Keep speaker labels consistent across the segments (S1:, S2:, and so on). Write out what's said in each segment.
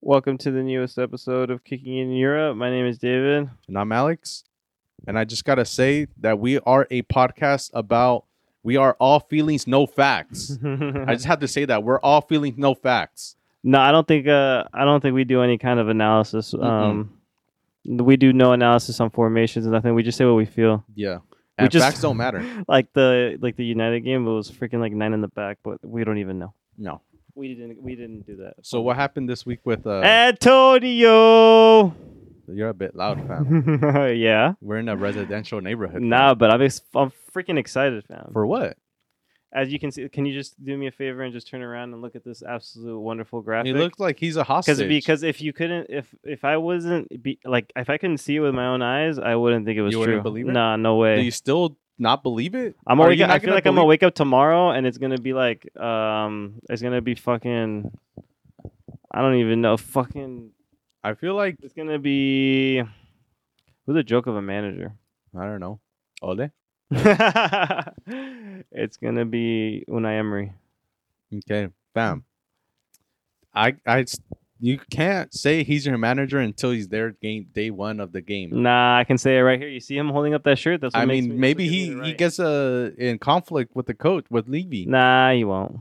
S1: Welcome to the newest episode of Kicking in Europe. My name is David.
S2: And I'm Alex. And I just got to say that we are a podcast about, we are all feelings, no facts. I just have to say that we're all feelings, no facts.
S1: no, I don't think uh, I don't think we do any kind of analysis. Um, we do no analysis on formations and nothing. We just say what we feel.
S2: Yeah.
S1: We
S2: And
S1: just-
S2: facts don't matter.
S1: Like the like the United game, it was freaking like nine in the back, but we don't even know.
S2: No.
S1: We didn't we didn't do that.
S2: So what happened this week with, uh,
S1: Eh. Antonio.
S2: you're a bit loud, fam.
S1: yeah.
S2: We're in a residential neighborhood. fam.
S1: Nah, but I'm ex- I'm freaking excited, fam.
S2: For what?
S1: As you can see, can you just do me a favor and just turn around and look at this absolute wonderful graphic?
S2: He looks like he's a hostage.
S1: because because if you couldn't if if I wasn't be, like if I couldn't see it with my own eyes, I wouldn't think it was
S2: You
S1: true.
S2: wouldn't believe it?
S1: Nah, no way.
S2: Do you still not believe it?
S1: eh. I'm
S2: Are
S1: awake.
S2: you not
S1: I feel
S2: gonna
S1: like I'm gonna
S2: believe-
S1: wake up tomorrow and it's gonna be like um it's gonna be fucking I don't even know fucking
S2: I feel like,
S1: it's gonna be who's a joke of a manager.
S2: I don't know. Ole?
S1: it's gonna be Unai Emery.
S2: Okay, bam. I I s- you can't say he's your manager until he's there game day one of the game.
S1: Nah, I can say it right here. You see him holding up that shirt. That's Mm, what
S2: I
S1: makes
S2: mean,
S1: me-
S2: maybe
S1: gives me
S2: he,
S1: the
S2: he
S1: right.
S2: gets uh, in conflict with the coach with Levy.
S1: Nah, he won't.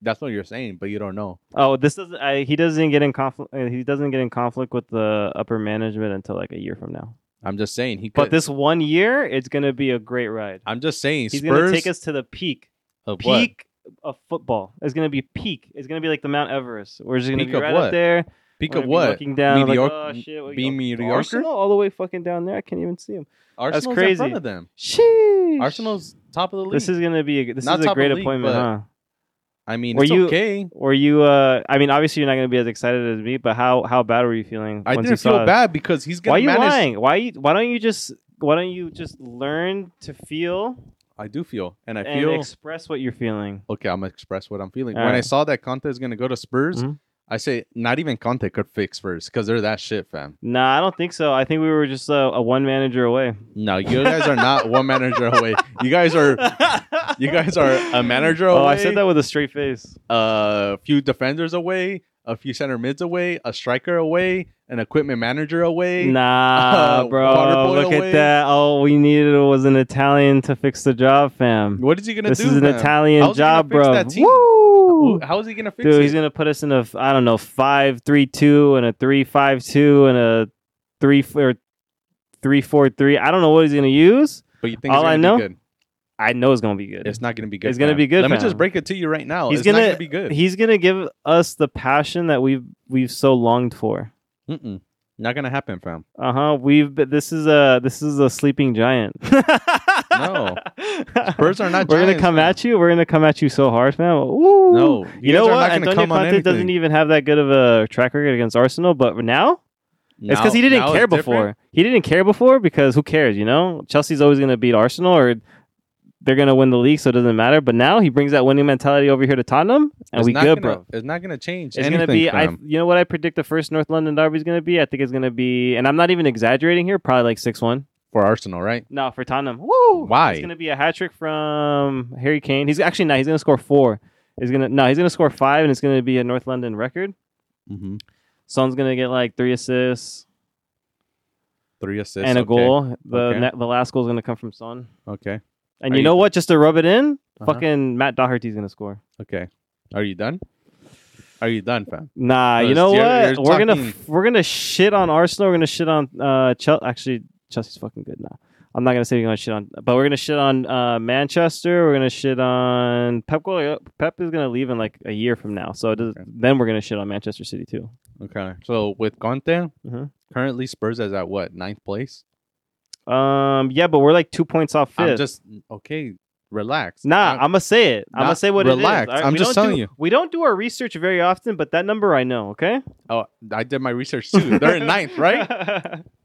S2: That's what you're saying, but you don't know.
S1: Oh, this doesn't. I, he doesn't get in conflict. He doesn't get in conflict with the upper management until like a year from now.
S2: I'm just saying he. Could.
S1: But this one year, it's gonna be a great ride.
S2: I'm just saying
S1: He's gonna
S2: Spurs
S1: take us to the peak,
S2: of what?
S1: peak of football. It's gonna be peak. It's gonna be like the Mount Everest. We're just gonna
S2: Peak
S1: be
S2: of
S1: right
S2: what?
S1: up there.
S2: peak
S1: We're gonna
S2: of
S1: be
S2: what?
S1: Looking down, like,
S2: Mediocre-
S1: oh shit, we
S2: be
S1: go-
S2: mediocre?
S1: Arsenal all the way fucking down there. I can't even see him.
S2: Arsenal's in
S1: crazy.
S2: front of them.
S1: Sheesh.
S2: Arsenal's top of the league.
S1: This is gonna be a, this
S2: Not
S1: is a
S2: top of
S1: great
S2: the league,
S1: appointment,
S2: but-
S1: huh?
S2: I mean,
S1: Were
S2: it's
S1: you-
S2: okay.
S1: Were you? Uh, I mean, obviously you're not gonna be as excited as me, but how how bad were you feeling?
S2: I
S1: once you
S2: didn't
S1: saw
S2: feel
S1: it?
S2: bad because he's gonna
S1: Why are you
S2: manage.
S1: lying? Why you, why don't you just why don't you just learn to feel
S2: I do feel, and I
S1: and
S2: feel
S1: express what you're feeling?
S2: okay, I'm gonna express what I'm feeling.
S1: All
S2: when I
S1: right.
S2: saw that Conte is gonna go to Spurs,
S1: Mhm.
S2: I say not even Conte could fix Spurs because they're that shit, fam.
S1: Nah, I don't think so. I think we were just uh, a one manager away.
S2: No, you guys are not one manager away. You guys are you guys are a manager away.
S1: Oh, I said that with a straight face.
S2: A few defenders away, a few center mids away, a striker away, an equipment manager away.
S1: Nah,
S2: Uh,
S1: bro.
S2: Waterboy
S1: Look
S2: away.
S1: at that. All we needed was an Italian to fix the job, fam.
S2: What is he gonna
S1: This
S2: do?
S1: is an
S2: fam?
S1: Italian
S2: How's he gonna
S1: job,
S2: fix
S1: bro.
S2: that team?
S1: Woo!
S2: Who- How is he gonna fix
S1: Dude,
S2: it?
S1: he's gonna put us in a f- I don't know five three two and a three five two and a three f- or three four three. I don't know what he's gonna use.
S2: but you think
S1: all
S2: it's
S1: I
S2: gonna
S1: know-
S2: be good?
S1: I know it's gonna be good.
S2: It's not gonna be good.
S1: It's gonna
S2: fam.
S1: be good,
S2: Let me
S1: fam.
S2: just break it to you right now.
S1: He's
S2: it's not
S1: gonna-
S2: gonna be good.
S1: He's gonna give us the passion that we've we've so longed for.
S2: Mm-mm. Not gonna happen, fam.
S1: Uh huh. We've been, this is a this is a sleeping giant.
S2: No. Spurs are not
S1: We're gonna
S2: giants,
S1: come
S2: man.
S1: at you. We're gonna come at you so hard, man. Ooh.
S2: No,
S1: You,
S2: guys
S1: know what?
S2: are Not gonna
S1: Antonio
S2: come on
S1: Conte doesn't
S2: anything.
S1: even have that good of a track record against Arsenal, but now it's because
S2: Now-
S1: he didn't
S2: now it's
S1: care
S2: different.
S1: before. He didn't care before because who cares? You know, Chelsea's always going to beat Arsenal, or they're going to win the league, so it doesn't matter. But now he brings that winning mentality over here to Tottenham, and
S2: It's
S1: we
S2: not
S1: good,
S2: gonna-
S1: bro.
S2: It's not gonna change.
S1: It's going to be, I, you know what I predict the first North London derby is going to be? I think it's going to be, and I'm not even exaggerating here, probably like 6 1.
S2: for Arsenal, right?
S1: No, for Tottenham. Woo!
S2: Why?
S1: It's going to be a hat trick from Harry Kane. He's actually not, he's going to score four. He's gonna no, he's gonna score five, and it's gonna be a North London record.
S2: Mm-hmm.
S1: Son's gonna get like three assists
S2: Three assists
S1: and a
S2: okay.
S1: goal. The
S2: Okay.
S1: ne- the last goal is gonna come from Son. And
S2: Okay, Are
S1: you
S2: you
S1: know what? Just to rub it in,
S2: Uh-huh.
S1: fucking Matt Doherty's gonna score.
S2: okay. Are you done? Are you done, fam?
S1: Nah,
S2: Uh,
S1: you know
S2: you're-
S1: what?
S2: you're
S1: we're gonna
S2: talking-
S1: f- we're gonna shit on Arsenal. We're gonna shit on uh Chelsea. Actually, Chelsea's fucking good now. I'm not gonna say we're gonna shit on, but we're gonna shit on uh, Manchester. We're gonna shit on Pep. Guardiola- Pep is gonna leave in like a year from now, so it does,
S2: Okay.
S1: then we're gonna shit on Manchester City too.
S2: Okay. So with Conte,
S1: Mhm.
S2: currently Spurs is at what ninth place?
S1: Um, yeah, but we're like two points off 5th
S2: I'm just okay. Relax.
S1: Nah, I'm,
S2: I'm,
S1: gonna say it. I'm
S2: Nah,
S1: gonna say what it
S2: relax.
S1: is. All right,
S2: I'm
S1: we
S2: just
S1: don't do-
S2: telling you.
S1: We don't do our research very often, but that number I know. Okay,
S2: oh, I did my research too. They're in ninth, right?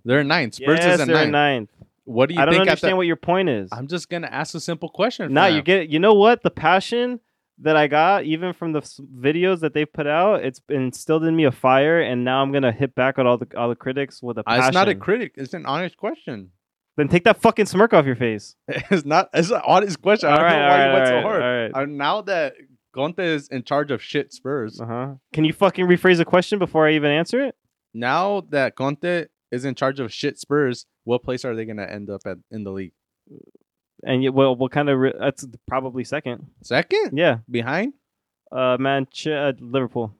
S2: They're in ninth. Spurs
S1: yes,
S2: is in
S1: they're
S2: ninth.
S1: in ninth.
S2: What do you
S1: I don't
S2: think?
S1: understand
S2: at
S1: what your point is.
S2: the, I'm just gonna ask a simple question.
S1: Nah,
S2: fam.
S1: you get. You know what? The passion that I got, even from the s- videos that they put out, it's instilled in me a fire, and now I'm gonna hit back at all the all the critics with a
S2: Uh,
S1: passion.
S2: It's not a critic. It's an honest question.
S1: Then take that fucking smirk off your face.
S2: It's not. It's an honest question. I
S1: all
S2: don't
S1: right,
S2: know
S1: all
S2: why
S1: right,
S2: you went
S1: all
S2: so
S1: right,
S2: hard.
S1: all right.
S2: Uh, now that Conte is in charge of shit Spurs.
S1: Uh huh. Can you fucking rephrase the question before I even answer it?
S2: Now that Conte is in charge of shit Spurs, what place are they going to end up at in the league?
S1: And you, well, what kind of re- that's probably second.
S2: Second
S1: Yeah.
S2: behind,
S1: Uh, Manchester, uh, Liverpool.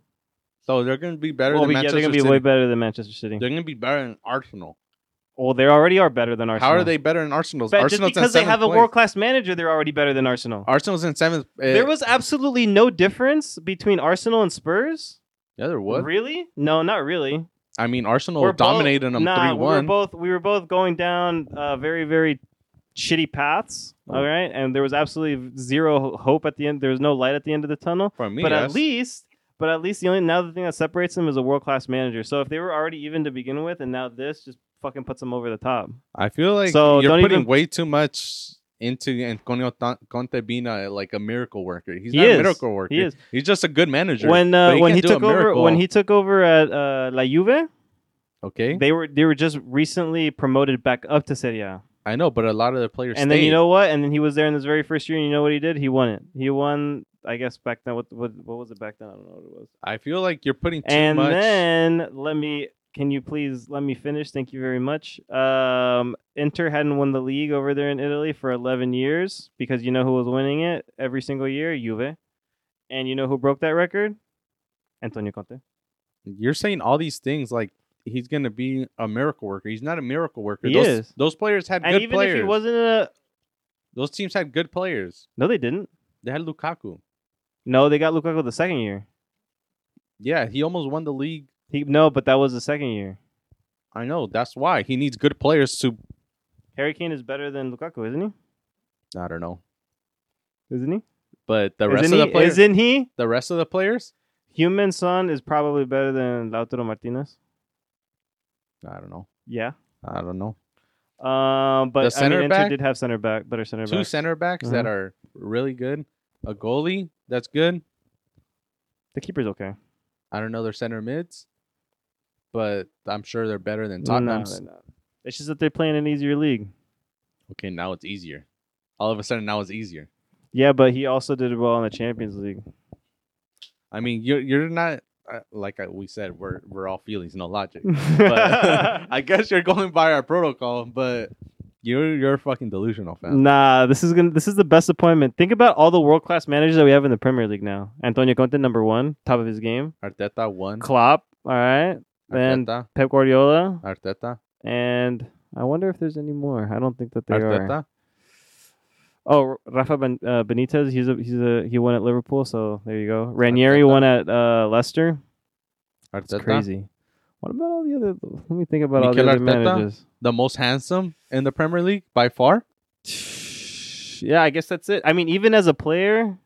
S2: so they're going to be better
S1: Well,
S2: than
S1: yeah,
S2: Manchester
S1: they're gonna be
S2: City.
S1: way better than Manchester City.
S2: They're going to be better than Arsenal.
S1: well, they already are better than Arsenal.
S2: How are they better than Arsenal's?
S1: But
S2: Arsenal's
S1: just because
S2: in
S1: they have a
S2: seventh place.
S1: world class manager, they're already better than Arsenal.
S2: Arsenal's in seventh. eh,
S1: There was absolutely no difference between Arsenal and Spurs.
S2: yeah, there was.
S1: Really? No, not really.
S2: I mean, Arsenal
S1: We're both-
S2: dominated them
S1: nah,
S2: Oh, three
S1: We were
S2: one.
S1: both we were both going down uh, very very shitty paths.
S2: Oh.
S1: All right, and there was absolutely zero hope at the end. There was no light at the end of the tunnel.
S2: For me,
S1: but at
S2: yes.
S1: least, but at least the only now the thing that separates them is a world class manager. So if they were already even to begin with, and now this just fucking puts them over the top.
S2: I feel like
S1: So,
S2: you're
S1: don't
S2: putting
S1: even-
S2: way too much into Antonio Ta- Conte being a, like a miracle worker. He's
S1: He
S2: not
S1: is.
S2: a miracle worker.
S1: He is.
S2: He's just a good manager.
S1: When
S2: but
S1: uh, when
S2: can't
S1: he
S2: do a
S1: took over when
S2: miracle.
S1: he took over at uh, La Juve,
S2: okay,
S1: they were they were just recently promoted back up to Serie A.
S2: I know, but a lot of the players.
S1: and then
S2: stayed.
S1: you know what? And then he was there in his very first year, and you know what he did? He won it. He won, I guess, back then. What what, what was it back then? I don't know what it was.
S2: I feel like you're putting too
S1: and
S2: much.
S1: then let me. Can you please let me finish? Thank you very much. Um, Inter hadn't won the league over there in Italy for 11 years because you know who was winning it every single year? Juve. And you know who broke that record? Antonio Conte.
S2: You're saying all these things like he's gonna be a miracle worker. He's not a miracle worker.
S1: He
S2: those,
S1: is.
S2: Those players had
S1: And
S2: good
S1: even
S2: players.
S1: if he wasn't a.
S2: those teams had good players.
S1: No, they didn't.
S2: They had Lukaku.
S1: No, they got Lukaku the second year.
S2: Yeah, he almost won the league.
S1: He, no, but that was the second year.
S2: I know. That's why he needs good players to.
S1: Harry Kane is better than Lukaku, isn't he?
S2: I don't know.
S1: Isn't he?
S2: But the rest
S1: isn't
S2: of the
S1: he,
S2: players,
S1: Isn't he?
S2: the rest of the players,
S1: Human Son is probably better than Lautaro Martinez.
S2: I don't know.
S1: Yeah.
S2: I don't know.
S1: Um, but
S2: The
S1: I mean,
S2: center
S1: Inter
S2: back?
S1: did have center back, better center
S2: Two
S1: back.
S2: center backs Uh-huh. that are really good, a goalie that's good.
S1: the keeper's okay.
S2: I don't know their center mids, but I'm sure they're better than
S1: No,
S2: Tottenham's.
S1: they're not. It's just that they're playing an easier league.
S2: Okay, now it's easier. All of a sudden, now it's easier.
S1: Yeah, but he also did well in the Champions League.
S2: I mean, you're you're not uh, like I, we said. We're we're all feelings, no logic. But
S1: nah,
S2: I guess you're going by our protocol, but you're you're fucking delusional, fam.
S1: Mm. this is gonna this is the best appointment. Think about all the world class managers that we have in the Premier League now. Antonio Conte, number one, top of his game.
S2: Arteta one.
S1: Klopp, all right. Then
S2: Arteta.
S1: Pep Guardiola,
S2: Arteta.
S1: and I wonder if there's any more. I don't think that there are.
S2: Arteta.
S1: Oh, Rafa ben, uh, Benitez. He's a he's a he won at Liverpool, so there you go. Ranieri won at uh, Leicester. It's
S2: Arteta.
S1: crazy. What about all the other? Let me think about all the
S2: Mikel
S1: other
S2: Arteta?
S1: managers.
S2: the most handsome in the Premier League by far.
S1: Yeah, I guess that's it. I mean, even as a player,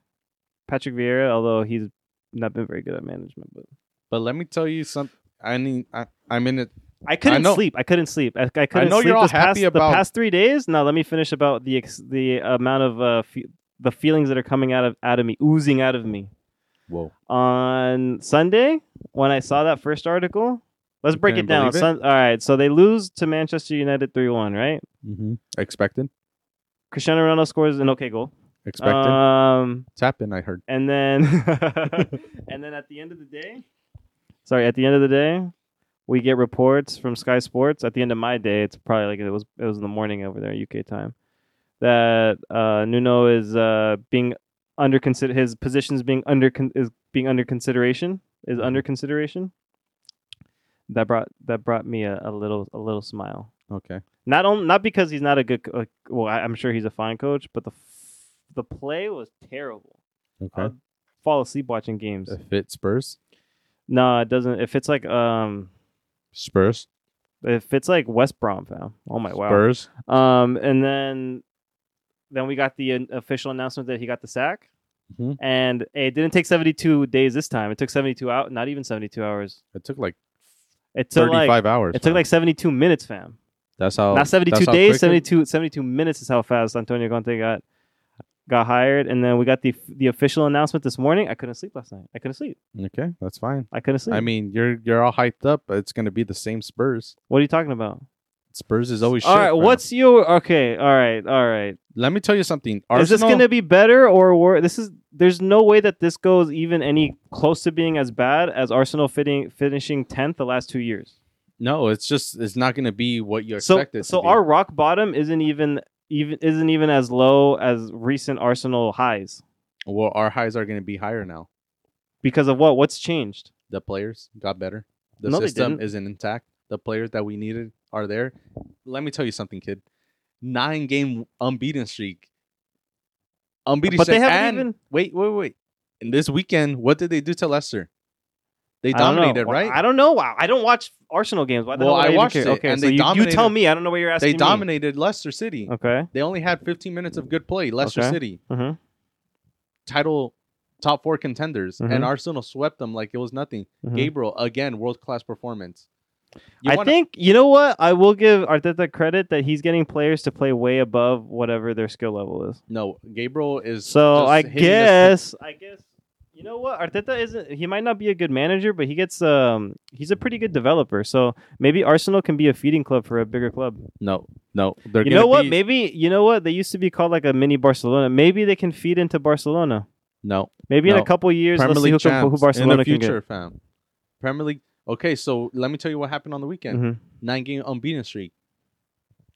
S1: Patrick Vieira, although he's not been very good at management, but
S2: But let me tell you some. I mean, I, I mean, it,
S1: I couldn't
S2: know-
S1: sleep. I couldn't sleep. I, I couldn't
S2: know
S1: sleep
S2: you're all
S1: this past,
S2: happy about-
S1: the past three days. Now let me finish about the ex- the amount of uh, fe- the feelings that are coming out of out of me, oozing out of me.
S2: whoa.
S1: on Sunday when I saw that first article. Let's break
S2: Couldn't
S1: it down.
S2: believe it.
S1: Sun- all right, so they lose to Manchester United 3 1, right?
S2: Mm-hmm. Expected.
S1: Cristiano Ronaldo scores an okay goal.
S2: Expected.
S1: Um,
S2: it's happened. I heard.
S1: and then and then at the end of the day, sorry, at the end of the day, we get reports from Sky Sports. At the end of my day, it's probably like it was it was in the morning over there UK time that uh, Nuno is uh, being under consider his positions being under con- is being under consideration is under consideration. That brought that brought me a, a little a little smile.
S2: Okay.
S1: Not only not because he's not a good co- uh, well I, I'm sure he's a fine coach, but the f- the play was terrible
S2: Okay.
S1: Uh, fall asleep watching games.
S2: If it Spurs.
S1: No, it doesn't. If it's like um,
S2: Spurs.
S1: if it's like West Brom, fam. Oh my wow.
S2: Spurs.
S1: Um, and then then we got the uh, official announcement that he got the sack.
S2: Mhm.
S1: And it didn't take 72 days this time. It took 72 out, not even 72 hours.
S2: It took like
S1: It took
S2: thirty-five
S1: like
S2: hours.
S1: it took like 72 minutes, fam.
S2: that's how.
S1: not 72
S2: that's how quick
S1: days,
S2: it-
S1: 72 72 minutes is how fast Antonio Conte got got hired. And then we got the the official announcement this morning. I couldn't sleep last night. I couldn't sleep.
S2: Okay, that's fine.
S1: I couldn't sleep.
S2: I mean, you're you're all hyped up. It's gonna be the same Spurs.
S1: what are you talking about?
S2: Spurs is always.
S1: All
S2: shit,
S1: right,
S2: bro.
S1: what's your okay? All right, all right.
S2: Let me tell you something.
S1: Is this
S2: Arsenal-
S1: going to be better or worse? This is there's no way that this goes even any close to being as bad as Arsenal fitting, finishing tenth the last two years.
S2: No, it's just it's not going to be what you
S1: So
S2: expected.
S1: so our rock bottom isn't even even isn't even as low as recent Arsenal highs
S2: well, our highs are going to be higher now.
S1: because of what? What's changed?
S2: The players got better. The
S1: No, they
S2: system
S1: didn't.
S2: isn't intact. The players that we needed are there. Let me tell you something, kid. Nine game unbeaten streak. Unbeaten
S1: But they
S2: streak.
S1: haven't
S2: and
S1: even-
S2: wait, wait, wait. And this weekend, what did they do to Leicester? They
S1: I don't know.
S2: dominated,
S1: Well,
S2: right?
S1: I don't know. Wow, I don't watch Arsenal games. Why the
S2: Well,
S1: hell would
S2: I
S1: I, even
S2: watched
S1: care?
S2: it,
S1: okay,
S2: and
S1: so
S2: they
S1: you- you,
S2: dominated.
S1: tell me. I don't know what you're asking.
S2: they
S1: me.
S2: dominated Leicester City.
S1: Okay.
S2: They only had 15 minutes of good play. Leicester
S1: Okay.
S2: City,
S1: hmm
S2: title top four contenders,
S1: Mhm.
S2: and Arsenal swept them like it was nothing. Gabriel again, world class performance. You
S1: Mm-hmm. I
S2: wanna-
S1: think you know what I will give Arteta credit that he's getting players to play way above whatever their skill level is.
S2: no Gabriel is.
S1: So
S2: just
S1: I
S2: hitting this-
S1: guess I guess you know what Arteta isn't. He might not be a good manager, but he gets um he's a pretty good developer. So maybe Arsenal can be a feeding club for a bigger club.
S2: no, no. They're
S1: You
S2: gonna
S1: know what?
S2: be-
S1: Maybe you know what they used to be called like a mini Barcelona. Maybe they can feed into Barcelona.
S2: no
S1: Maybe in
S2: No.
S1: a couple years,
S2: Premier
S1: let's see
S2: League
S1: who, can, who
S2: champs
S1: Barcelona
S2: in the
S1: can
S2: future,
S1: get.
S2: fam. Premier League. Okay, so let me tell you what happened on the weekend.
S1: Mhm.
S2: Nine game unbeaten streak.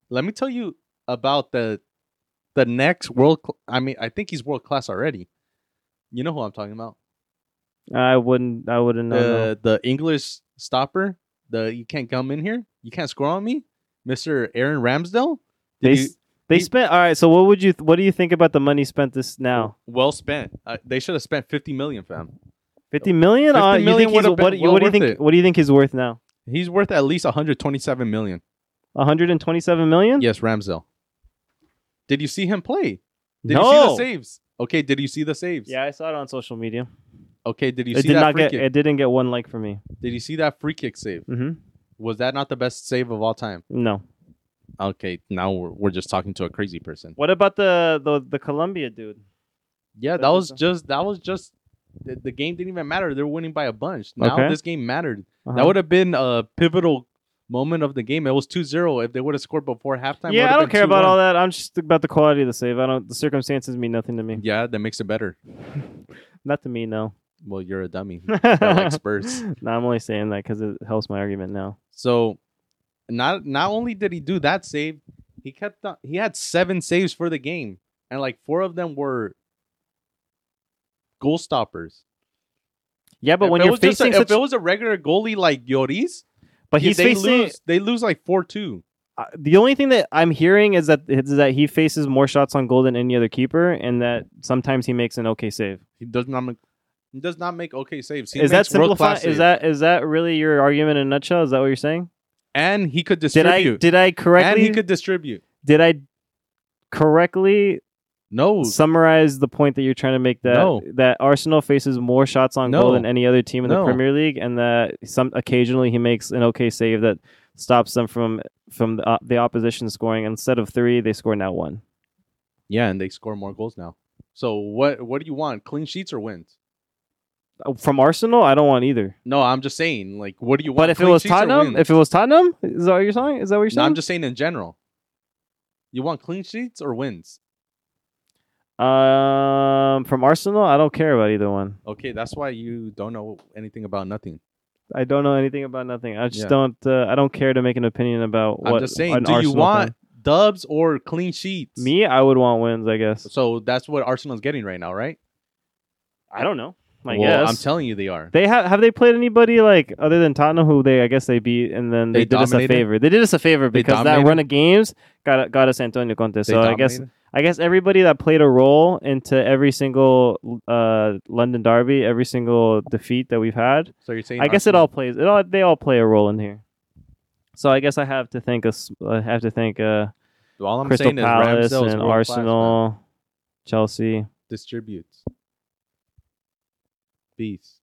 S2: Let me tell you about the the next world. Cl- I mean, I think he's world class already. You know who I'm talking about?
S1: I wouldn't. I wouldn't know. no.
S2: the the English stopper. The you can't come in here. You can't score on me, Mister Aaron Ramsdale. Did
S1: They
S2: you-
S1: s- they
S2: you-
S1: spent all right. So what would you? What do you think about the money spent this now?
S2: Well spent. Uh, they should have spent fifty million, fam.
S1: Fifty million.
S2: 50
S1: Uh, you think
S2: million
S1: he's,
S2: would've
S1: what,
S2: been
S1: do you-
S2: well
S1: what do you
S2: worth
S1: think?
S2: it.
S1: What do you think he's worth now?
S2: He's worth at least one hundred twenty-seven million.
S1: One hundred and twenty-seven million.
S2: Yes, Ramsdale. Did you see him play? Did you see
S1: no.
S2: the saves? Okay, did you see the saves?
S1: yeah, I saw it on social media.
S2: Okay, did you
S1: It
S2: see
S1: did
S2: that
S1: not
S2: free
S1: get.
S2: kick?
S1: It didn't get one like for me.
S2: Did you see that free kick save?
S1: hmm
S2: Was that not the best save of all time?
S1: No.
S2: Okay, now we're, we're just talking to a crazy person.
S1: What about the the the Colombia dude?
S2: Yeah, that
S1: That's
S2: was
S1: awesome.
S2: just that was just the, the game didn't even matter. They were winning by a bunch. Now
S1: Okay.
S2: this game mattered.
S1: Uh-huh.
S2: That would have been a pivotal moment of the game. It was 2-0 if they would have scored before halftime.
S1: yeah, I don't care about all that. I'm just about the quality of the save. I don't. The circumstances mean nothing to me.
S2: Yeah, that makes it better.
S1: Not to me, no.
S2: Well, you're a dummy. like
S1: no,
S2: Spurs.
S1: I'm only saying that because it helps my argument now.
S2: So not not only did he do that save, he kept on, he had seven saves for the game, and like four of them were goal stoppers.
S1: Yeah, but
S2: If
S1: when
S2: it
S1: you're
S2: was just a-
S1: facing
S2: if
S1: such,
S2: it was a regular goalie like Yoris,
S1: but he's
S2: they
S1: facing
S2: lose they lose like four two.
S1: uh, the only thing that I'm hearing is that is that he faces more shots on goal than any other keeper, and that sometimes he makes an okay save.
S2: He does not make he does not make okay saves. He
S1: is that
S2: makes
S1: simplify?
S2: world-class saves.
S1: Is that is that really your argument in a nutshell? Is that what you're saying?
S2: and he could
S1: Did I
S2: distribute.
S1: did I
S2: and
S1: correctly
S2: he could distribute.
S1: did I correctly
S2: No,
S1: summarize the point that you're trying to make that
S2: No.
S1: that Arsenal faces more shots on
S2: No.
S1: goal than any other team in
S2: No.
S1: the Premier League, and that some occasionally he makes an okay save that stops them from from the, uh, the opposition scoring. Instead of three, they score now one.
S2: yeah, and they score more goals now. So what what do you want? Clean sheets or wins?
S1: Uh, From Arsenal, I don't want either.
S2: No, I'm just saying. Like, what do you want?
S1: But if it
S2: Clean
S1: was
S2: sheets or
S1: Tottenham,
S2: wins?
S1: if it was Tottenham, is that what you're saying? Is that what you're saying?
S2: No, I'm just saying in general. You want clean sheets or wins?
S1: um, from Arsenal, I don't care about either one.
S2: Okay, that's why you don't know anything about nothing.
S1: I don't know anything about nothing. I just
S2: Yeah.
S1: don't. Uh, I don't care to make an opinion about what.
S2: I'm just saying,
S1: an
S2: do you
S1: Arsenal
S2: want
S1: fan-
S2: dubs or clean sheets?
S1: me? I would want wins. I guess.
S2: So that's what Arsenal's getting right now, right?
S1: I don't know. I
S2: well,
S1: guess.
S2: I'm telling you, they are.
S1: They have have they played anybody like other than Tottenham who they I guess they beat and then they,
S2: They
S1: did us a
S2: dominated?
S1: favor. They did us a favor
S2: They
S1: because that
S2: dominated?
S1: run of games got got us Antonio Conte.
S2: They
S1: So I guess
S2: dominated?
S1: I guess everybody that played a role into every single uh, London derby, every single defeat that we've had,
S2: So you're saying
S1: I guess it all plays. It all they all play a role in here. So I guess I have to thank us. I have to thank uh,
S2: all. All I'm
S1: Crystal
S2: saying is
S1: Palace
S2: Ramsdale's
S1: and
S2: world-class, man.
S1: Arsenal, Chelsea.
S2: distributes. Beast.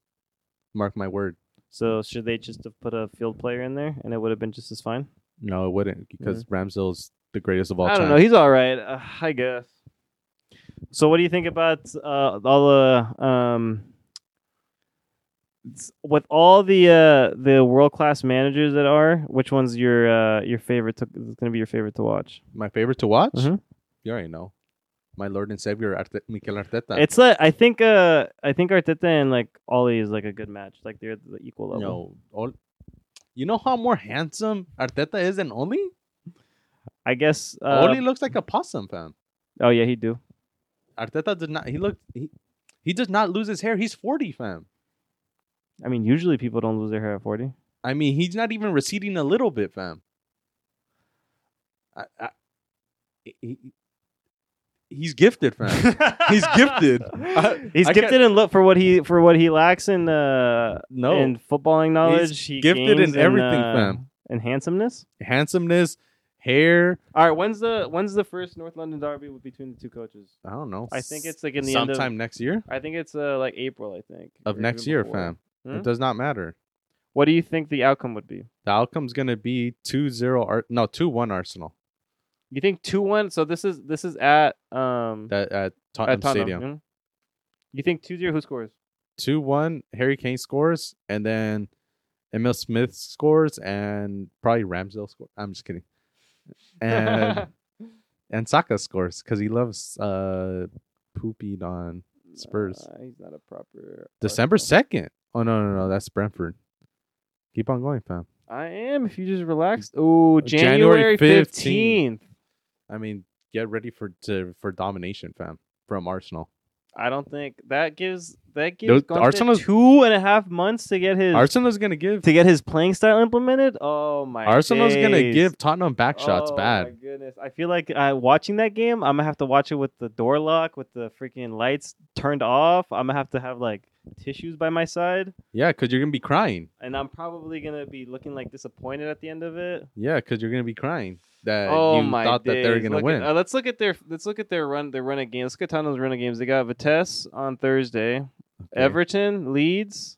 S2: Mark my word.
S1: So should they just have put a field player in there and it would have been just as fine?
S2: No, it wouldn't because Ramsdale's the greatest of all
S1: I
S2: time.
S1: don't know. He's all right, uh, I guess. So, what do you think about uh, all the um, s- with all the uh, the world class managers that are, which one's your uh, your favorite? To, is going to be your favorite to watch.
S2: My favorite to watch?
S1: Mhm.
S2: You already know. My Lord and Savior, Arte- Mikel Arteta.
S1: It's like I think uh, I think Arteta and like Ollie is like a good match. Like they're at the equal level.
S2: no. All, you know how more handsome Arteta is than Oli?
S1: I guess. Uh,
S2: Oli looks like a possum, fam.
S1: oh yeah, he do.
S2: Arteta did not. He looked. He, he does not lose his hair. He's 40, fam.
S1: I mean, usually people don't lose their hair at forty.
S2: I mean, he's not even receding a little bit, fam. I, I, he- he, he's gifted, fam. He's gifted. I-
S1: He's
S2: I can't-
S1: gifted in look for what he for what he lacks in uh
S2: No,
S1: in footballing knowledge. he
S2: gifted
S1: gains
S2: in everything,
S1: uh,
S2: fam.
S1: And handsomeness.
S2: handsomeness, hair.
S1: All right, when's the when's the first North London derby between the two coaches?
S2: I don't know.
S1: I think it's like in the end of-
S2: sometime next year
S1: I think it's uh, like April. I think
S2: of
S1: or
S2: next
S1: even
S2: year,
S1: before.
S2: fam.
S1: Hmm?
S2: It does not matter.
S1: What do you think the outcome would be?
S2: The outcome's gonna be 2-0 Ar- no 2-1 Arsenal
S1: You think two one? So this is this is at um
S2: that at Tottenham,
S1: at Tottenham.
S2: Stadium.
S1: mhm. You think two zero? Who scores?
S2: 2-1 Harry Kane scores and then Emil Smith scores and probably Ramsdale scores. I'm just kidding. And and Saka scores because he loves uh pooping on Spurs.
S1: Uh, he's not a proper.
S2: December
S1: Arsenal.
S2: 2nd. Oh no no no that's Brentford. Keep on going, fam.
S1: I am. If you just relax. Oh,
S2: Uh,
S1: January
S2: January 15th.
S1: fifteenth.
S2: I mean, get ready for to, for domination, fam, from Arsenal.
S1: I don't think that gives that gives
S2: Those-
S1: Gunther
S2: Arsenal's-
S1: two and a half months to get his
S2: Arsenal's gonna give
S1: to get his playing style implemented. Oh my!
S2: Arsenal's gonna
S1: days.
S2: give Tottenham back shots
S1: oh, My
S2: bad.
S1: goodness, I feel like uh, watching that game. I'm gonna have to watch it with the door lock, with the freaking lights turned off. I'm gonna have to have like tissues by my side,
S2: Yeah, because you're gonna be crying.
S1: and I'm probably gonna be looking like disappointed at the end of it.
S2: Yeah, because you're gonna be crying that
S1: oh
S2: Uh, you
S1: my
S2: thought that they were
S1: days.
S2: gonna
S1: Look at-
S2: win.
S1: uh, let's look at their let's look at their run their run of games. Let's look at Tottenham's run of games. They got Vitesse on Thursday.
S2: Okay.
S1: Everton, Leeds,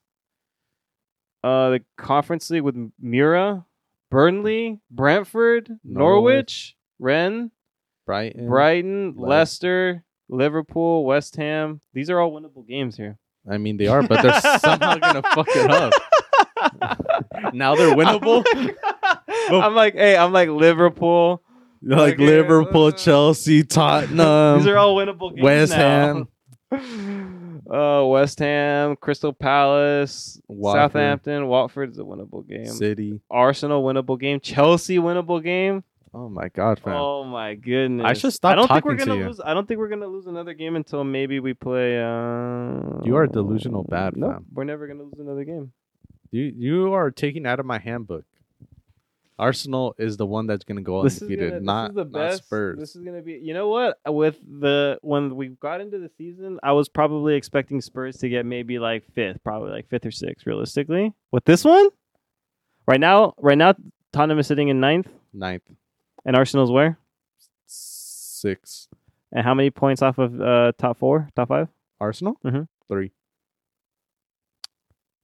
S1: uh, the Conference League with Mura, Burnley, Brentford, Norwich,
S2: Norwich.
S1: Rennes,
S2: Brighton,
S1: Brighton,
S2: Le-
S1: Leicester, Liverpool, West Ham. These are all winnable games here.
S2: I mean, they are, but they're somehow gonna fuck it up. Now they're winnable.
S1: I'm like, hey, I'm like Liverpool.
S2: like
S1: Okay.
S2: Liverpool, Chelsea, Tottenham,
S1: These are all winnable games.
S2: Um, West
S1: now.
S2: Ham.
S1: Uh, West Ham, Crystal Palace,
S2: Watford.
S1: Southampton, Watford is a winnable game.
S2: City.
S1: Arsenal winnable game, Chelsea winnable game.
S2: Oh my god, fam.
S1: Oh my goodness!
S2: should stop
S1: I don't think we're
S2: talking to
S1: gonna
S2: you.
S1: lose. I don't think we're gonna lose another game until maybe we play. Uh...
S2: You are delusional bad,
S1: No,
S2: fam.
S1: we're never gonna lose another game.
S2: You you are taking out of my handbook. Arsenal is the one that's gonna go
S1: this is,
S2: undefeated,
S1: gonna, this
S2: not,
S1: is the
S2: not
S1: best.
S2: Spurs.
S1: This is gonna be. You know what? With the when we got into the season, I was probably expecting Spurs to get maybe like fifth, probably like fifth or sixth, realistically. With this one, right now, right now, Tottenham is sitting in ninth,
S2: Ninth,
S1: and Arsenal's where?
S2: six.
S1: And how many points off of uh, top four, top five?
S2: Arsenal
S1: Mhm.
S2: three.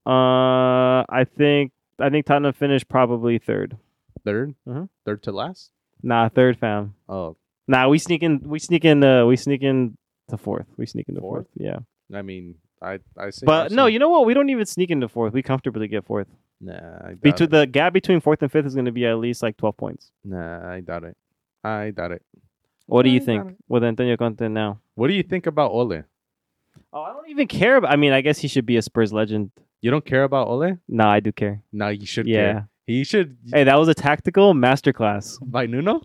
S1: Uh, I think I think Tottenham finished probably third.
S2: Third?
S1: Mhm.
S2: third to last.
S1: Nah, third fam.
S2: Oh,
S1: Nah, we sneak in. We sneak in. Uh, we sneak in to fourth. We sneak into fourth.
S2: Fourth?
S1: Yeah,
S2: I mean, I I say.
S1: but no,
S2: Arsenal.
S1: you know what? We don't even sneak into fourth. We comfortably get fourth.
S2: nah, I doubt
S1: Between
S2: it.
S1: the gap between fourth and fifth is going to be at least like twelve points.
S2: nah, I doubt it. I doubt it.
S1: What do
S2: Yeah,
S1: you
S2: I got
S1: think
S2: it.
S1: with Antonio Conte now?
S2: What do you think about Ole?
S1: Oh, I don't even care. About, I mean, I guess he should be a Spurs legend.
S2: You don't care about Ole?
S1: Nah, I do care.
S2: No, you should.
S1: yeah.
S2: care. he should
S1: Hey, that was a tactical masterclass.
S2: by Nuno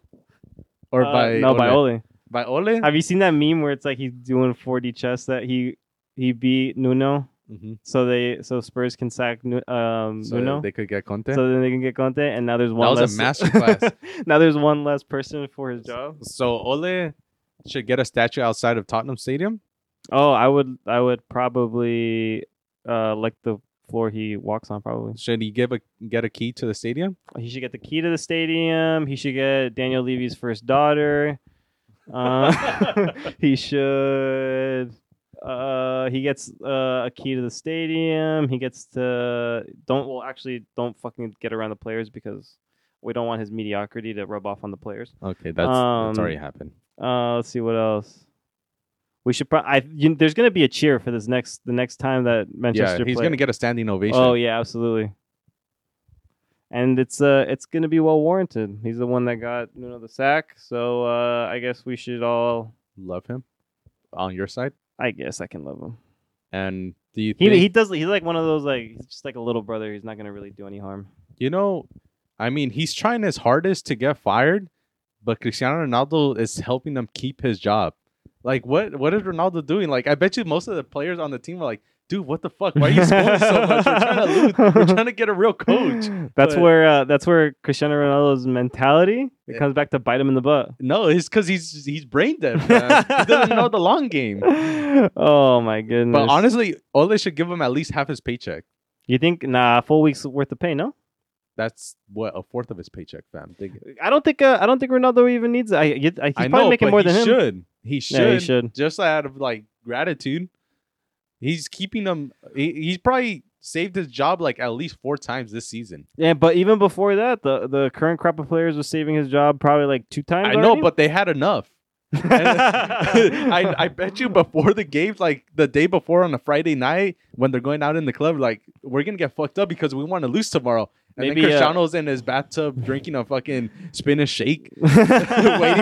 S2: or
S1: Uh,
S2: by
S1: no by Ole.
S2: by Ole.
S1: Have you seen that meme where it's like he's doing 4D chess that he he beat Nuno,
S2: Mhm.
S1: so they so Spurs can sack Nu- um,
S2: So
S1: Nuno,
S2: they could get Conte.
S1: so then they can get Conte, and now there's one.
S2: was a
S1: less,
S2: masterclass.
S1: now there's one less person for his job.
S2: So Ole should get a statue outside of Tottenham Stadium.
S1: Oh, I would I would probably uh like the floor he walks on. Probably
S2: Should he give a get a key to the stadium?
S1: he should get the key to the stadium. He should get Daniel Levy's first daughter. Uh, he should. Uh, he gets uh, a key to the stadium. He gets to don't well actually don't fucking get around the players because we don't want his mediocrity to rub off on the players.
S2: Okay,
S1: that's- that's Um, already
S2: happened.
S1: Uh, let's see what else. We should probably. You, there's going to be a cheer for this next the next time that Manchester.
S2: yeah, he's
S1: play.
S2: gonna get a standing ovation.
S1: Oh yeah, absolutely. And it's uh it's gonna be well warranted. He's the one that got you know the sack, so uh, I guess we should all.
S2: Love him on your side.
S1: I guess I can love him.
S2: And do you
S1: He
S2: think
S1: he does. He's like one of those like he's just like a little brother. He's not gonna really do any harm.
S2: you know? I mean, he's trying his hardest to get fired, but Cristiano Ronaldo is helping them keep his job. Like, what what is Ronaldo doing? Like, I bet you most of the players on the team are like, "Dude, what the fuck? Why are you scoring so much? We're trying to lose. We're trying to get a real coach."
S1: That's
S2: but-
S1: where uh, that's where Cristiano Ronaldo's mentality it comes back to bite him in the butt.
S2: No, it's because he's he's brain dead. man. he doesn't know the long game.
S1: oh my goodness!
S2: But honestly, Ole should give him at least half his paycheck.
S1: you think nah, full weeks worth of pay? No,
S2: That's what a fourth of his paycheck, fam. Dig it.
S1: I don't think uh, I don't think Ronaldo even needs. It. I, you- I he's
S2: I
S1: probably
S2: know,
S1: making
S2: but
S1: more
S2: he
S1: than him.
S2: should. He should.
S1: Yeah, he should.
S2: Just out of like gratitude, he's keeping him. He, he's probably saved his job like at least four times this season.
S1: Yeah, but even before that, the, the current crop of players was saving his job probably like two times.
S2: I know,
S1: already.
S2: but they had enough. And- I, I bet you before the game, like the day before on a Friday night, when they're going out in the club, like we're gonna get fucked up because we want to lose tomorrow. And
S1: Maybe, uh,
S2: then Cristiano's in his bathtub drinking a fucking spinach shake, waiting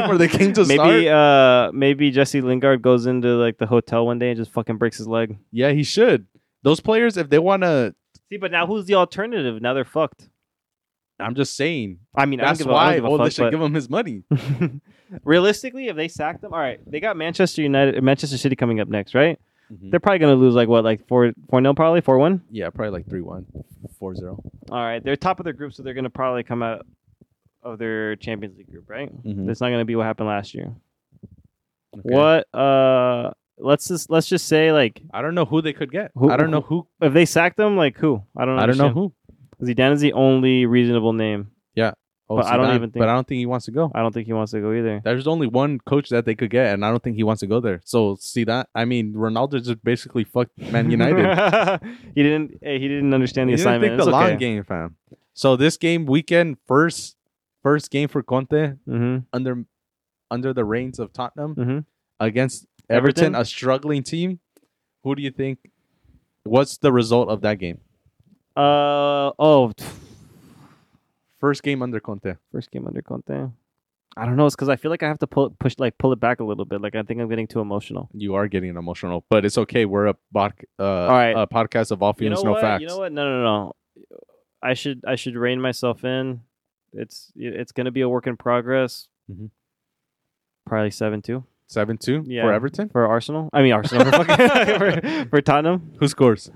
S2: for the game to
S1: maybe
S2: start.
S1: uh maybe Jesse Lingard goes into like the hotel one day and just fucking breaks his leg.
S2: Yeah, he should. Those players, if they want to,
S1: See, but now who's the alternative? Now they're fucked.
S2: I'm just saying.
S1: I mean,
S2: That's
S1: I don't give a- I
S2: why
S1: don't give a
S2: Ole
S1: fuck,
S2: should
S1: but-
S2: give him his money.
S1: Realistically, if they sack them, all right, they got Manchester United, Manchester City coming up next, right?
S2: Mhm.
S1: They're probably gonna lose like what, like four, four nil, probably four one.
S2: Yeah, probably like 3 1, 4 0.
S1: All right, they're top of their group, so they're gonna probably come out of their Champions League group, right?
S2: Mm-hmm.
S1: That's not gonna be what happened last year. What? Uh, let's just let's just say like
S2: I don't know who they could get.
S1: Who-
S2: I don't know who.
S1: if they sacked them, like who? I don't.
S2: I don't know
S1: understand.
S2: who.
S1: Zidane is the only reasonable name.
S2: Oh,
S1: But I don't
S2: Zidane.
S1: even think-
S2: But I don't think he wants to go.
S1: I don't think he wants to go either.
S2: There's only one coach that they could get, and I don't think he wants to go there. So see that? I mean, Ronaldo just basically fucked Man United.
S1: he didn't. eh, He didn't understand the
S2: He didn't
S1: assignment.
S2: think the
S1: It's
S2: long
S1: okay.
S2: game, fam. So this game weekend, first first game for Conte
S1: Mhm.
S2: under under the reins of Tottenham
S1: Mhm.
S2: against Everton,
S1: Everton?
S2: a struggling team. Who do you think? What's the result of that game?
S1: Uh oh.
S2: First game under Conte.
S1: First game under Conte. I don't know. It's because I feel like I have to pull push like pull it back a little bit. Like I think I'm getting too emotional.
S2: You are getting emotional, but it's okay. We're a, bodc- uh,
S1: right.
S2: a podcast of all
S1: you know
S2: feelings, no
S1: what?
S2: facts.
S1: You know what? No, no, no. I should I should rein myself in. It's it's gonna be a work in progress.
S2: Mhm.
S1: Probably seven two.
S2: Seven two
S1: Yeah.
S2: for Everton.
S1: for Arsenal. I mean Arsenal for, fucking, for, for Tottenham.
S2: Who scores?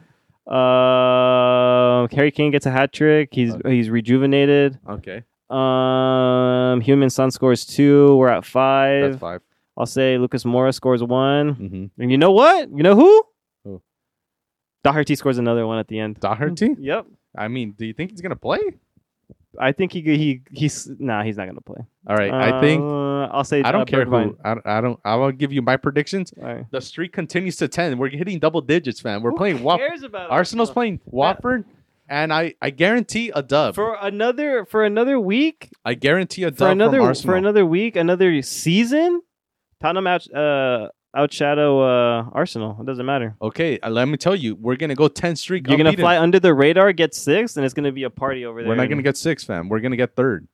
S1: Uh, Harry Kane gets a hat trick. He's
S2: Uh,
S1: he's rejuvenated.
S2: Okay.
S1: Um, Human Son scores two. We're at
S2: That's
S1: five.
S2: five.
S1: I'll say Lucas Mora scores one.
S2: Mm-hmm.
S1: And you know what? You know who?
S2: Who?
S1: Doherty scores another one at the end.
S2: Doherty?
S1: Yep.
S2: I mean, do you think he's gonna play?
S1: I think he he he's nah. He's not gonna play.
S2: All right. I think
S1: Uh, I'll say
S2: I
S1: uh,
S2: don't care
S1: Bergwijn.
S2: who. I, I don't. I will give you my predictions.
S1: All right.
S2: The streak continues to ten. We're hitting double digits, man. We're
S1: Who
S2: playing Wa-
S1: cares about
S2: Arsenal's
S1: Arsenal?
S2: playing Watford, and I I guarantee a dub.
S1: for another for another week.
S2: I guarantee a dub
S1: for another
S2: from
S1: for
S2: Arsenal.
S1: another week, another season. Tottenham out uh, outshadow uh, Arsenal. It doesn't matter.
S2: okay, uh, let me tell you, we're gonna go ten streak.
S1: You're gonna
S2: unbeaten.
S1: fly under the radar, get six, and it's gonna be a party over there.
S2: We're not
S1: And
S2: gonna get six, fam. We're gonna get third.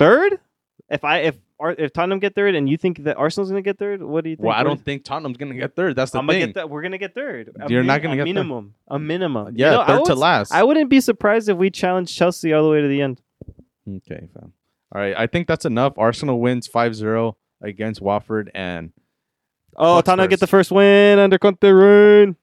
S1: third. If I if Ar- if Tottenham get third, and you think that Arsenal's gonna get third, what do you think?
S2: Well, I don't think Tottenham's gonna get third. That's the
S1: I'm gonna
S2: thing.
S1: get that. We're gonna get third. A
S2: You're
S1: min-
S2: not gonna
S1: a
S2: get third.
S1: minimum. A minimum. You
S2: Yeah,
S1: know, I
S2: third to
S1: would-
S2: last.
S1: I wouldn't be surprised if we challenge Chelsea all the way to the end.
S2: Okay, fam. All right, I think that's enough. Arsenal wins 5-0 against Watford and
S1: Oh,
S2: Bucks
S1: Tottenham Oh, get
S2: first.
S1: the first win under Conte reign.